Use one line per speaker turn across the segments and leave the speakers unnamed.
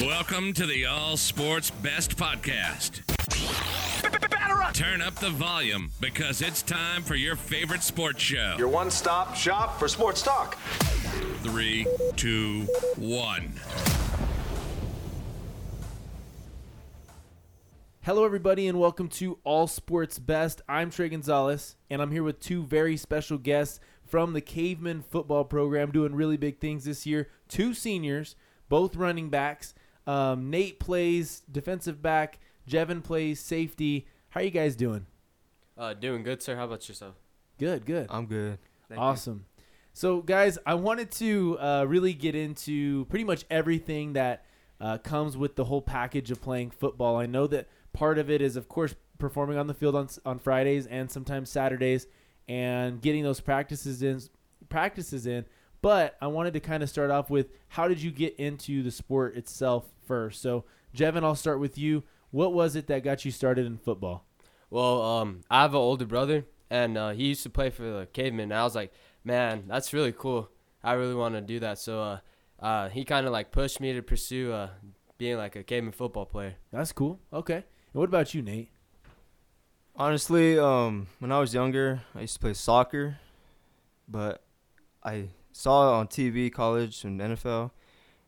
Welcome to the All Sports Best Podcast. Turn up the volume because it's time for your favorite sports show.
Your one stop shop for sports talk.
Three, two, one.
Hello, everybody, and welcome to All Sports Best. I'm Trey Gonzalez, and I'm here with two very special guests from the Caveman football program doing really big things this year. Two seniors, both running backs. Um, Nate plays defensive back, Jevin plays safety. How are you guys doing?
Uh, doing good, sir. How about yourself?
Good, good.
I'm good.
awesome. So, guys, I wanted to uh, really get into pretty much everything that uh, comes with the whole package of playing football. I know that part of it is, of course, performing on the field on s- on Fridays and sometimes Saturdays, and getting those practices in practices in. But I wanted to kind of start off with how did you get into the sport itself first? So, Jevin, I'll start with you. What was it that got you started in football?
Well, um, I have an older brother, and uh, he used to play for the Cavemen. And I was like, man, that's really cool. I really want to do that. So uh, uh, he kind of like pushed me to pursue uh, being like a Caveman football player.
That's cool. Okay. And what about you, Nate?
Honestly, um, when I was younger, I used to play soccer, but I saw it on TV, college, and NFL,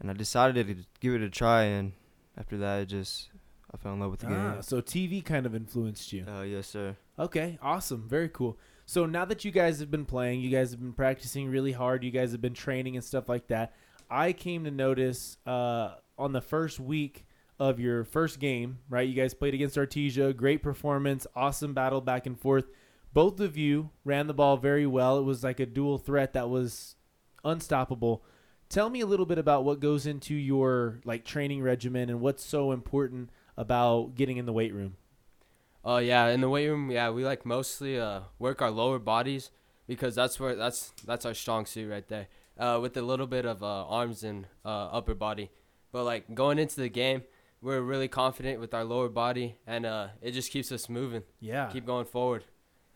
and I decided to give it a try. And after that, I just I fell in love with the
Ah, so TV kind of influenced you.
game. Uh, yes, sir.
Okay, awesome. Very cool. So now that you guys have been playing, you guys have been practicing really hard, you guys have been training and stuff like that. I came to notice uh, on the first week of your first game, right? You guys played against Artesia, great performance, awesome battle back and forth. Both of you ran the ball very well. It was like a dual threat that was unstoppable. Tell me a little bit about what goes into your like training regimen and what's so important about getting in the weight room.
Oh yeah, in the weight room, yeah, we like mostly uh, work our lower bodies because that's where that's that's our strong suit right there. Uh, with a little bit of uh, arms and uh, upper body, but like going into the game, we're really confident with our lower body, and uh, it just keeps us moving,
Yeah.
keep going forward.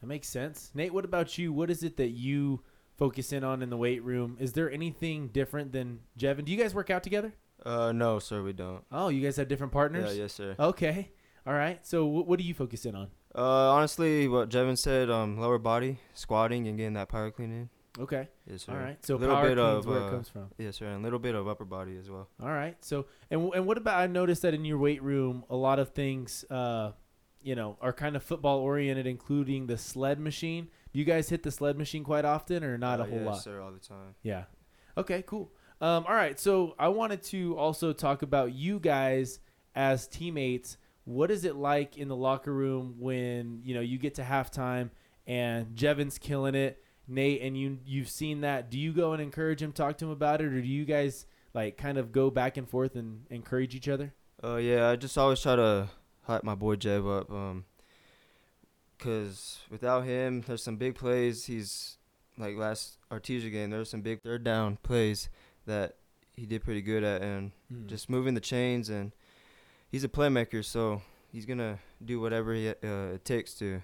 That makes sense. Nate, what about you? What is it that you focus in on in the weight room? Is there anything different than Jevin? Do you guys work out together?
Uh, no, sir, we don't.
Oh, you guys have different partners?
Yeah, yes, sir.
Okay. All right. So wh- what do you focus in on?
Uh, honestly, what Jevin said, um, lower body, squatting, and getting that power clean in.
Okay.
Yes, sir.
All right. So
Little
power
bit
clean's
of,
where it
uh,
comes from.
Yes, sir, and a little bit of upper body as well.
All right. So and wh- and what about I noticed that in your weight room a lot of things uh you know are kind of football oriented including the sled machine. Do you guys hit the sled machine quite often or not
Uh,
a whole
yes,
lot?
sir, all the time.
Yeah. Okay, cool. Um, all right. So I wanted to also talk about you guys as teammates. What is it like in the locker room when you know you get to halftime and Jevin's killing it, Nate, and you you've seen that? Do you go and encourage him, talk to him about it, or do you guys like kind of go back and forth and encourage each other?
Uh, yeah, I just always try to hype my boy Jeb up. Um, cause without him, there's some big plays. He's like last Artesia game. There was some big third down plays that he did pretty good at, and
Mm.
just moving the chains. And he's a playmaker, so he's gonna do whatever he, uh, it takes to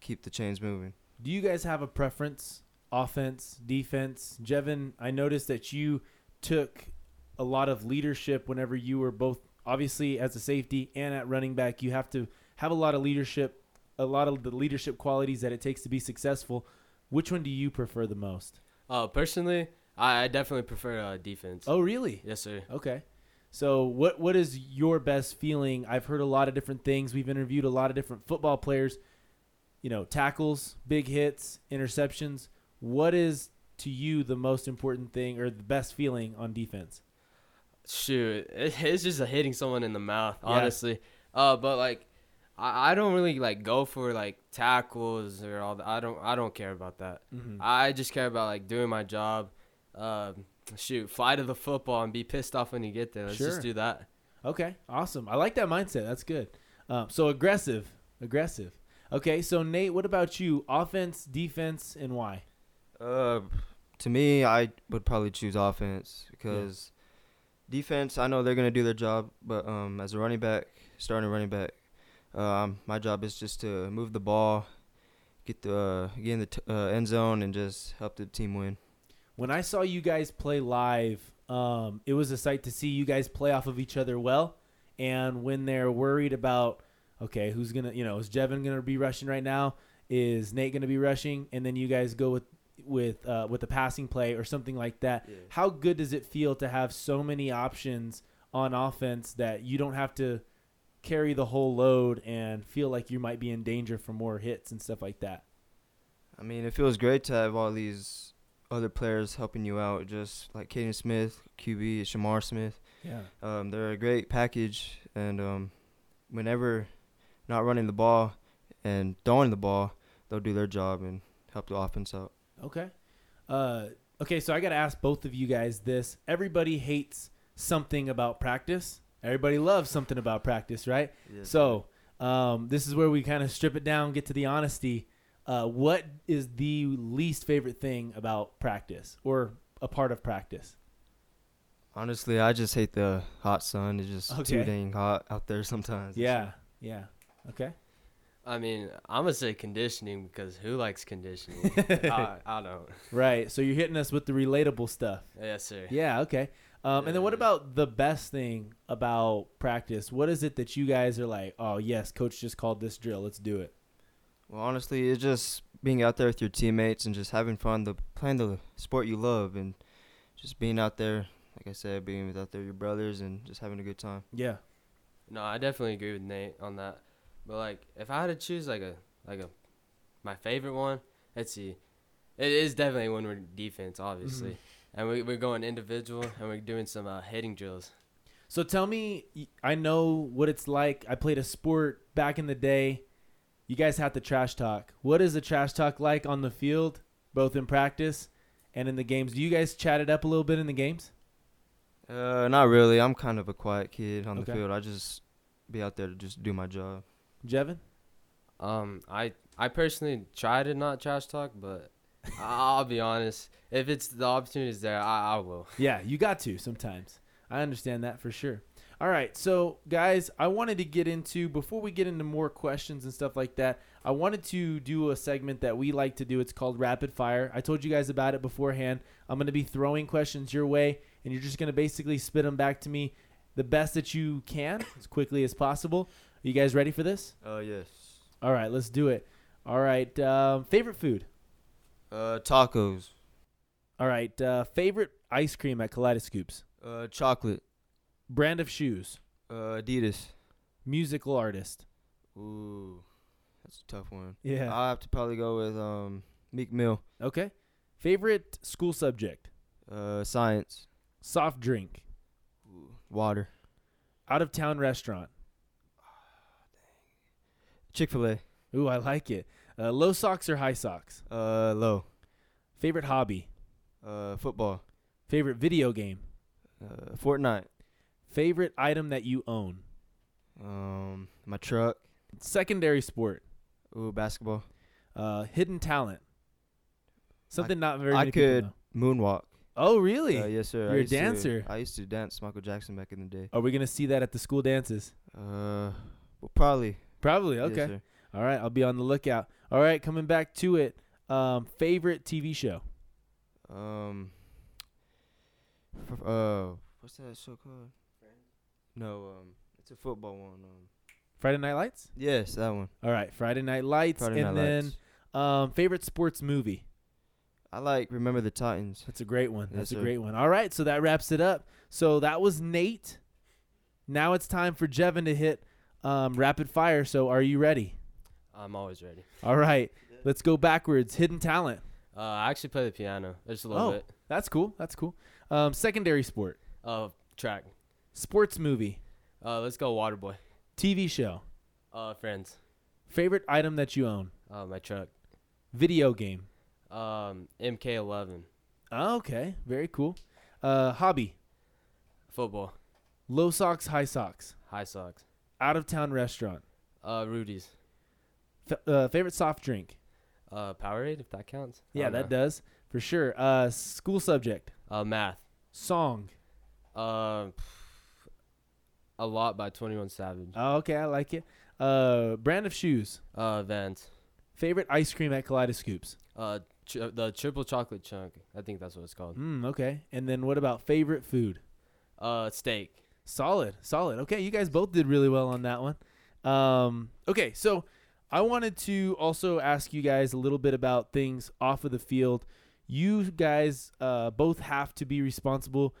keep the chains moving.
Do you guys have a preference? Offense, defense. Jevin, I noticed that you took a lot of leadership whenever you were both, obviously, as a safety and at running back. You have to have a lot of leadership, a lot of the leadership qualities that it takes to be successful. Which one do you prefer the most?
Uh, personally, I, I definitely prefer uh, defense.
Oh, really?
Yes, sir.
Okay. So what what is your best feeling? I've heard a lot of different things. We've interviewed a lot of different football players, you know, tackles, big hits, interceptions. What is to you the most important thing or the best feeling on defense?
Shoot, it, it's just hitting someone in the mouth,
Yeah.
honestly. Uh, but like, I, I don't really like go for like tackles or all that. I don't I don't care about that.
Mm-hmm.
I just care about like doing my job. Um, shoot, fly to the football and be pissed off when you get there. Let's
Sure.
just do that.
Okay, awesome. I like that mindset. That's good. Um, so aggressive, aggressive. Okay, so Nate, what about you? Offense, defense, and why?
Uh, to me, I would probably choose offense because defense. I know they're gonna do their job, but um, as a running back, starting running back, um, my job is just to move the ball, get the uh, get in the t- uh, end zone, and just help the team win.
when I saw you guys play live, Um, it was a sight to see you guys play off of each other well. And when they're worried about, okay, who's gonna, you know, is Jevin gonna be rushing right now? Is Nate gonna be rushing? And then you guys go with with uh, with a passing play or something like that. How good does it feel to have so many options on offense that you don't have to carry the whole load and feel like you might be in danger for more hits and stuff like that?
I mean, it feels great to have all these other players helping you out, just like Caden Smith, QB, Shamar Smith.
Yeah.
Um, they're a great package, and um, whenever not running the ball and throwing the ball, they'll do their job and help the offense out.
Okay. Uh, okay, so I got to ask both of you guys this. Everybody hates something about practice. Everybody loves something about practice, right? so um, this is where we kind of strip it down, get to the honesty. Uh, what is the least favorite thing about practice or a part of practice?
Honestly, I just hate the hot sun. It's just
Okay.
too dang hot out there sometimes.
Yeah. Yeah. Okay.
I mean, I'm gonna say conditioning because who likes conditioning? I, I don't.
Right. So you're hitting us with the relatable stuff.
Yes, sir.
Yeah, okay. Um, and then what about the best thing about practice? What is it that you guys are like, oh, yes, coach just called this drill. Let's do it.
Well, honestly, it's just being out there with your teammates and just having fun, the playing the sport you love, and just being out there. Like I said, being with out there with your brothers and just having a good time.
Yeah.
No, I definitely agree with Nate on that. But like, if I had to choose like a like a my favorite one, let's see, it is definitely when we're defense, obviously, and we we're going individual and we're doing some uh, hitting drills.
So tell me, y- I know what it's like. I played a sport back in the day. You guys have to trash talk. What is the trash talk like on the field, both in practice and in the games? Do you guys chat it up a little bit in the games?
Uh, not really. I'm kind of a quiet kid on
Okay.
the field. I just be out there to just do my job.
Jevin?
Um, I I personally try to not trash talk, but I- I'll be honest, if it's the opportunity's there, I I will.
Yeah, you got to sometimes. I understand that for sure. All right, so guys, I wanted to get into before we get into more questions and stuff like that. I wanted to do a segment that we like to do. It's called Rapid Fire. I told you guys about it beforehand. I'm going to be throwing questions your way, and you're just going to basically spit them back to me the best that you can as quickly as possible. Are you guys ready for this?
Uh, yes.
All right, let's do it. All right, um, favorite food.
Uh, tacos.
All right, uh, favorite ice cream at Kaleidoscopes.
Uh, chocolate.
Brand of shoes.
Uh, Adidas.
Musical artist.
Ooh, that's a tough one.
Yeah.
I'll have to probably go with um Meek Mill.
Okay. Favorite school subject?
Uh, science.
Soft drink.
Water.
Out of town restaurant.
Chick Fil A.
Ooh, I like it. Uh, low socks or high socks?
Uh, low.
Favorite hobby?
Uh, football.
Favorite video game?
Uh, Fortnite.
Favorite item that you own?
Um, my truck.
Secondary sport.
Ooh, basketball.
Uh, hidden talent. Something not very.
I
many people
could
know.
moonwalk.
Oh, really?
Uh, yes, sir. I
You're a
used to-
dancer.
I used to dance Michael Jackson back in the day.
Are we gonna see that at the school dances?
Uh, well, probably.
Probably.
Yes,
Okay.
sir.
All right. I'll be on the lookout. All right. Coming back to it. Um, favorite TV show.
Um. f- Uh, what's that show called? No, um, it's a football one. Um,
Friday Night Lights.
yes, that one.
All right. Friday Night Lights.
Friday
and
Night
then
Lights.
Um, favorite sports movie.
I like Remember the Titans.
That's a great one.
Yes,
That's a
sir.
great one. All right, so that wraps it up. So that was Nate. Now it's time for Jevin to hit um, rapid fire. So are you ready?
I'm always ready.
All right, let's go backwards. Hidden talent.
Uh, I actually play the piano just a little
Oh,
bit.
that's cool. That's cool. Um, secondary sport,
Uh, track.
sports movie,
Uh, let's go Waterboy.
TV show,
Uh, friends.
favorite item that you own,
Uh, my truck.
video game. Ah,
Um, MK11.
Okay, very cool. Uh, hobby,
Football.
low socks, high socks,
High socks.
out of town restaurant,
Uh, Rudy's.
F- uh, favorite soft drink.
Uh, Powerade, if that counts. I
Yeah,
don't
that
know.
does for sure. Uh, school subject,
Uh, math.
song.
Uh, a lot by Twenty One Savage.
Oh, okay, I like it. Uh, brand of shoes,
Uh, Vans.
favorite ice cream at Kaleidoscopes,
Uh, ch- the triple chocolate chunk. I think that's what it's called.
Mm, okay. And then what about favorite food?
Uh, steak.
Solid, solid. Okay, you guys both did really well on that one. Um, okay, so I wanted to also ask you guys a little bit about things off of the field. You guys uh, both have to be responsible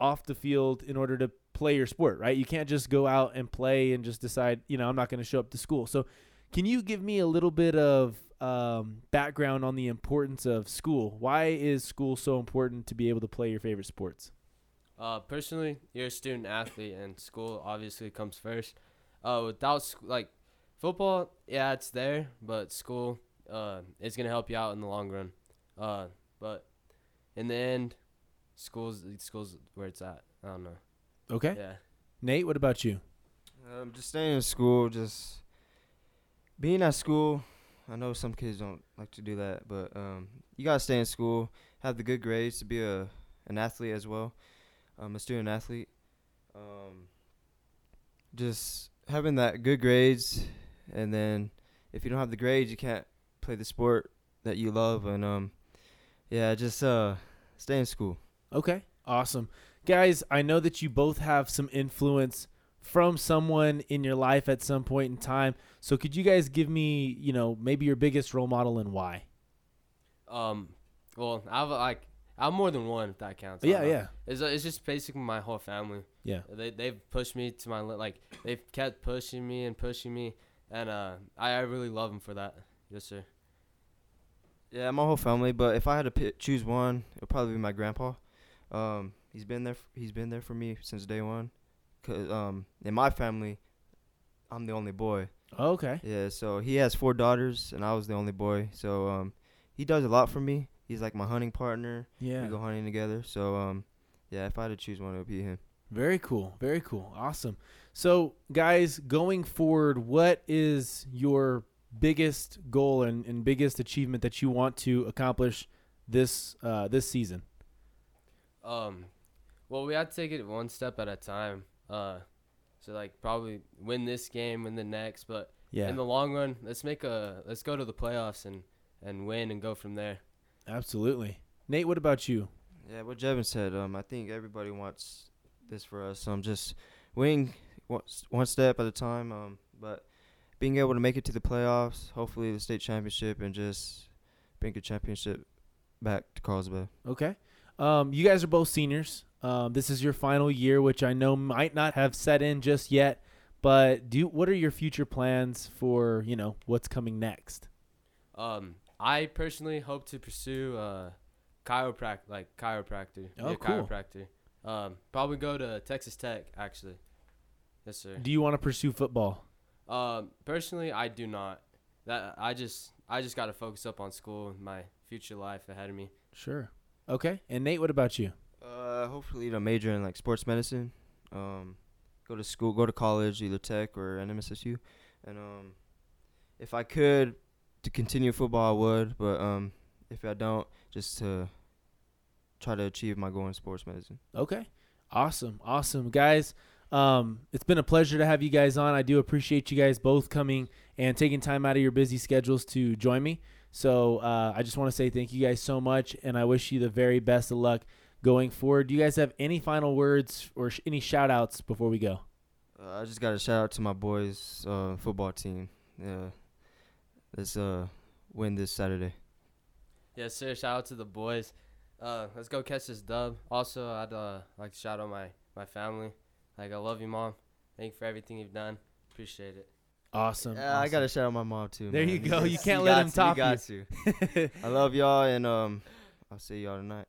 off the field in order to play your sport, right? You can't just go out and play and just decide, you know, I'm not going to show up to school. So, can you give me a little bit of um, background on the importance of school? Why is school so important to be able to play your favorite sports?
Uh, personally, you're a student athlete, and school obviously comes first. Uh, without sc- like football, yeah, it's there, but school uh, is gonna help you out in the long run. Uh, but in the end, school's school's where it's at. I don't know.
Okay.
Yeah.
Nate, what about you?
Um, just staying in school, just being at school. I know some kids don't like to do that, but um, you gotta stay in school, have the good grades to be a an athlete as well, um, a student athlete. Um, just having that good grades, and then if you don't have the grades, you can't play the sport that you love, and um, yeah, just uh, stay in school.
Okay. Awesome. Guys, I know that you both have some influence from someone in your life at some point in time. So could you guys give me, you know, maybe your biggest role model and why?
Um. Well, I have like I have more than one if that counts. I
Yeah,
don't know.
yeah.
It's uh, it's just basically my whole family.
Yeah.
They they've pushed me to my li- like they've kept pushing me and pushing me, and uh, I I really love them for that. Yes, sir.
Yeah, my whole family. But if I had to pi choose one, it'd probably be my grandpa. Um, he's been there. F- he's been there for me since day one. Cause um, in my family, I'm the only boy.
Okay.
Yeah, so he has four daughters, and I was the only boy. So um, he does a lot for me. He's like my hunting partner.
Yeah.
We go hunting together. So um, yeah, if I had to choose one, it would be him.
Very cool. Very cool. Awesome. So, guys, going forward, what is your biggest goal and, and biggest achievement that you want to accomplish this uh, this season?
Um, well, we had to take it one step at a time. Uh, so like probably win this game, win the next, but
Yeah.
in the long run, let's make a let's go to the playoffs and and win and go from there.
Absolutely. Nate, what about you?
Yeah, what Jevin said. Um, I think everybody wants this for us. Um, just winning one, s- one step at a time. Um, but being able to make it to the playoffs, hopefully the state championship, and just bring a championship back to Carlsbad.
Okay. Um, you guys are both seniors. Um, this is your final year, which I know might not have set in just yet. But do what are your future plans for you know what's coming next?
Um, I personally hope to pursue uh, chiropractic, like chiropractor. be
Oh,
a
cool.
Chiropractor. Um, probably go to Texas Tech actually. Yes, sir.
Do you want to pursue football?
Um, personally, I do not. That I just I just got to focus up on school and my future life ahead of me.
Sure. Okay. And Nate, what about you?
Uh, hopefully to major in like sports medicine. Um, go to school, go to college, either Tech or NMSSU, and um, if I could to continue football, I would. But um, if I don't, just to try to achieve my goal in sports medicine.
Okay. Awesome. Awesome. Guys, um, it's been a pleasure to have you guys on. I do appreciate you guys both coming and taking time out of your busy schedules to join me. So uh, I just want to say thank you guys so much, and I wish you the very best of luck going forward. Do you guys have any final words or sh- any shout outs before we go?
Uh, I just got to shout out to my boys' uh, football team. Yeah, let's uh, win this Saturday.
Yes, sir. Shout out to the boys. Uh, let's go catch this dub. Also, I'd uh, like to shout out my my family. Like I love you, mom. Thank you for everything you've done. Appreciate it.
Awesome.
Yeah, Uh, I got to shout out my mom too.
There you
man.
go. You
Yes,
can't let
got
him
to,
top you.
got you.
awesome.
I love y'all, and um, I'll see y'all tonight.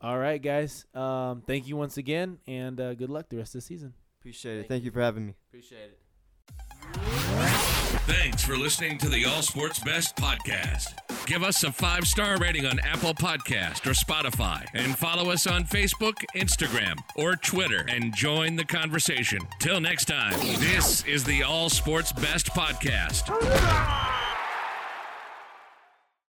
All right, guys. Um, thank you once again, and uh, good luck the rest of the season.
Appreciate
Thank
it. Thank you for having me.
Appreciate it.
Thanks for listening to the All Sports Best podcast. Give us a five star rating on Apple Podcast or Spotify, and follow us on Facebook, Instagram, or Twitter, and join the conversation. Till next time, this is the All Sports Best podcast.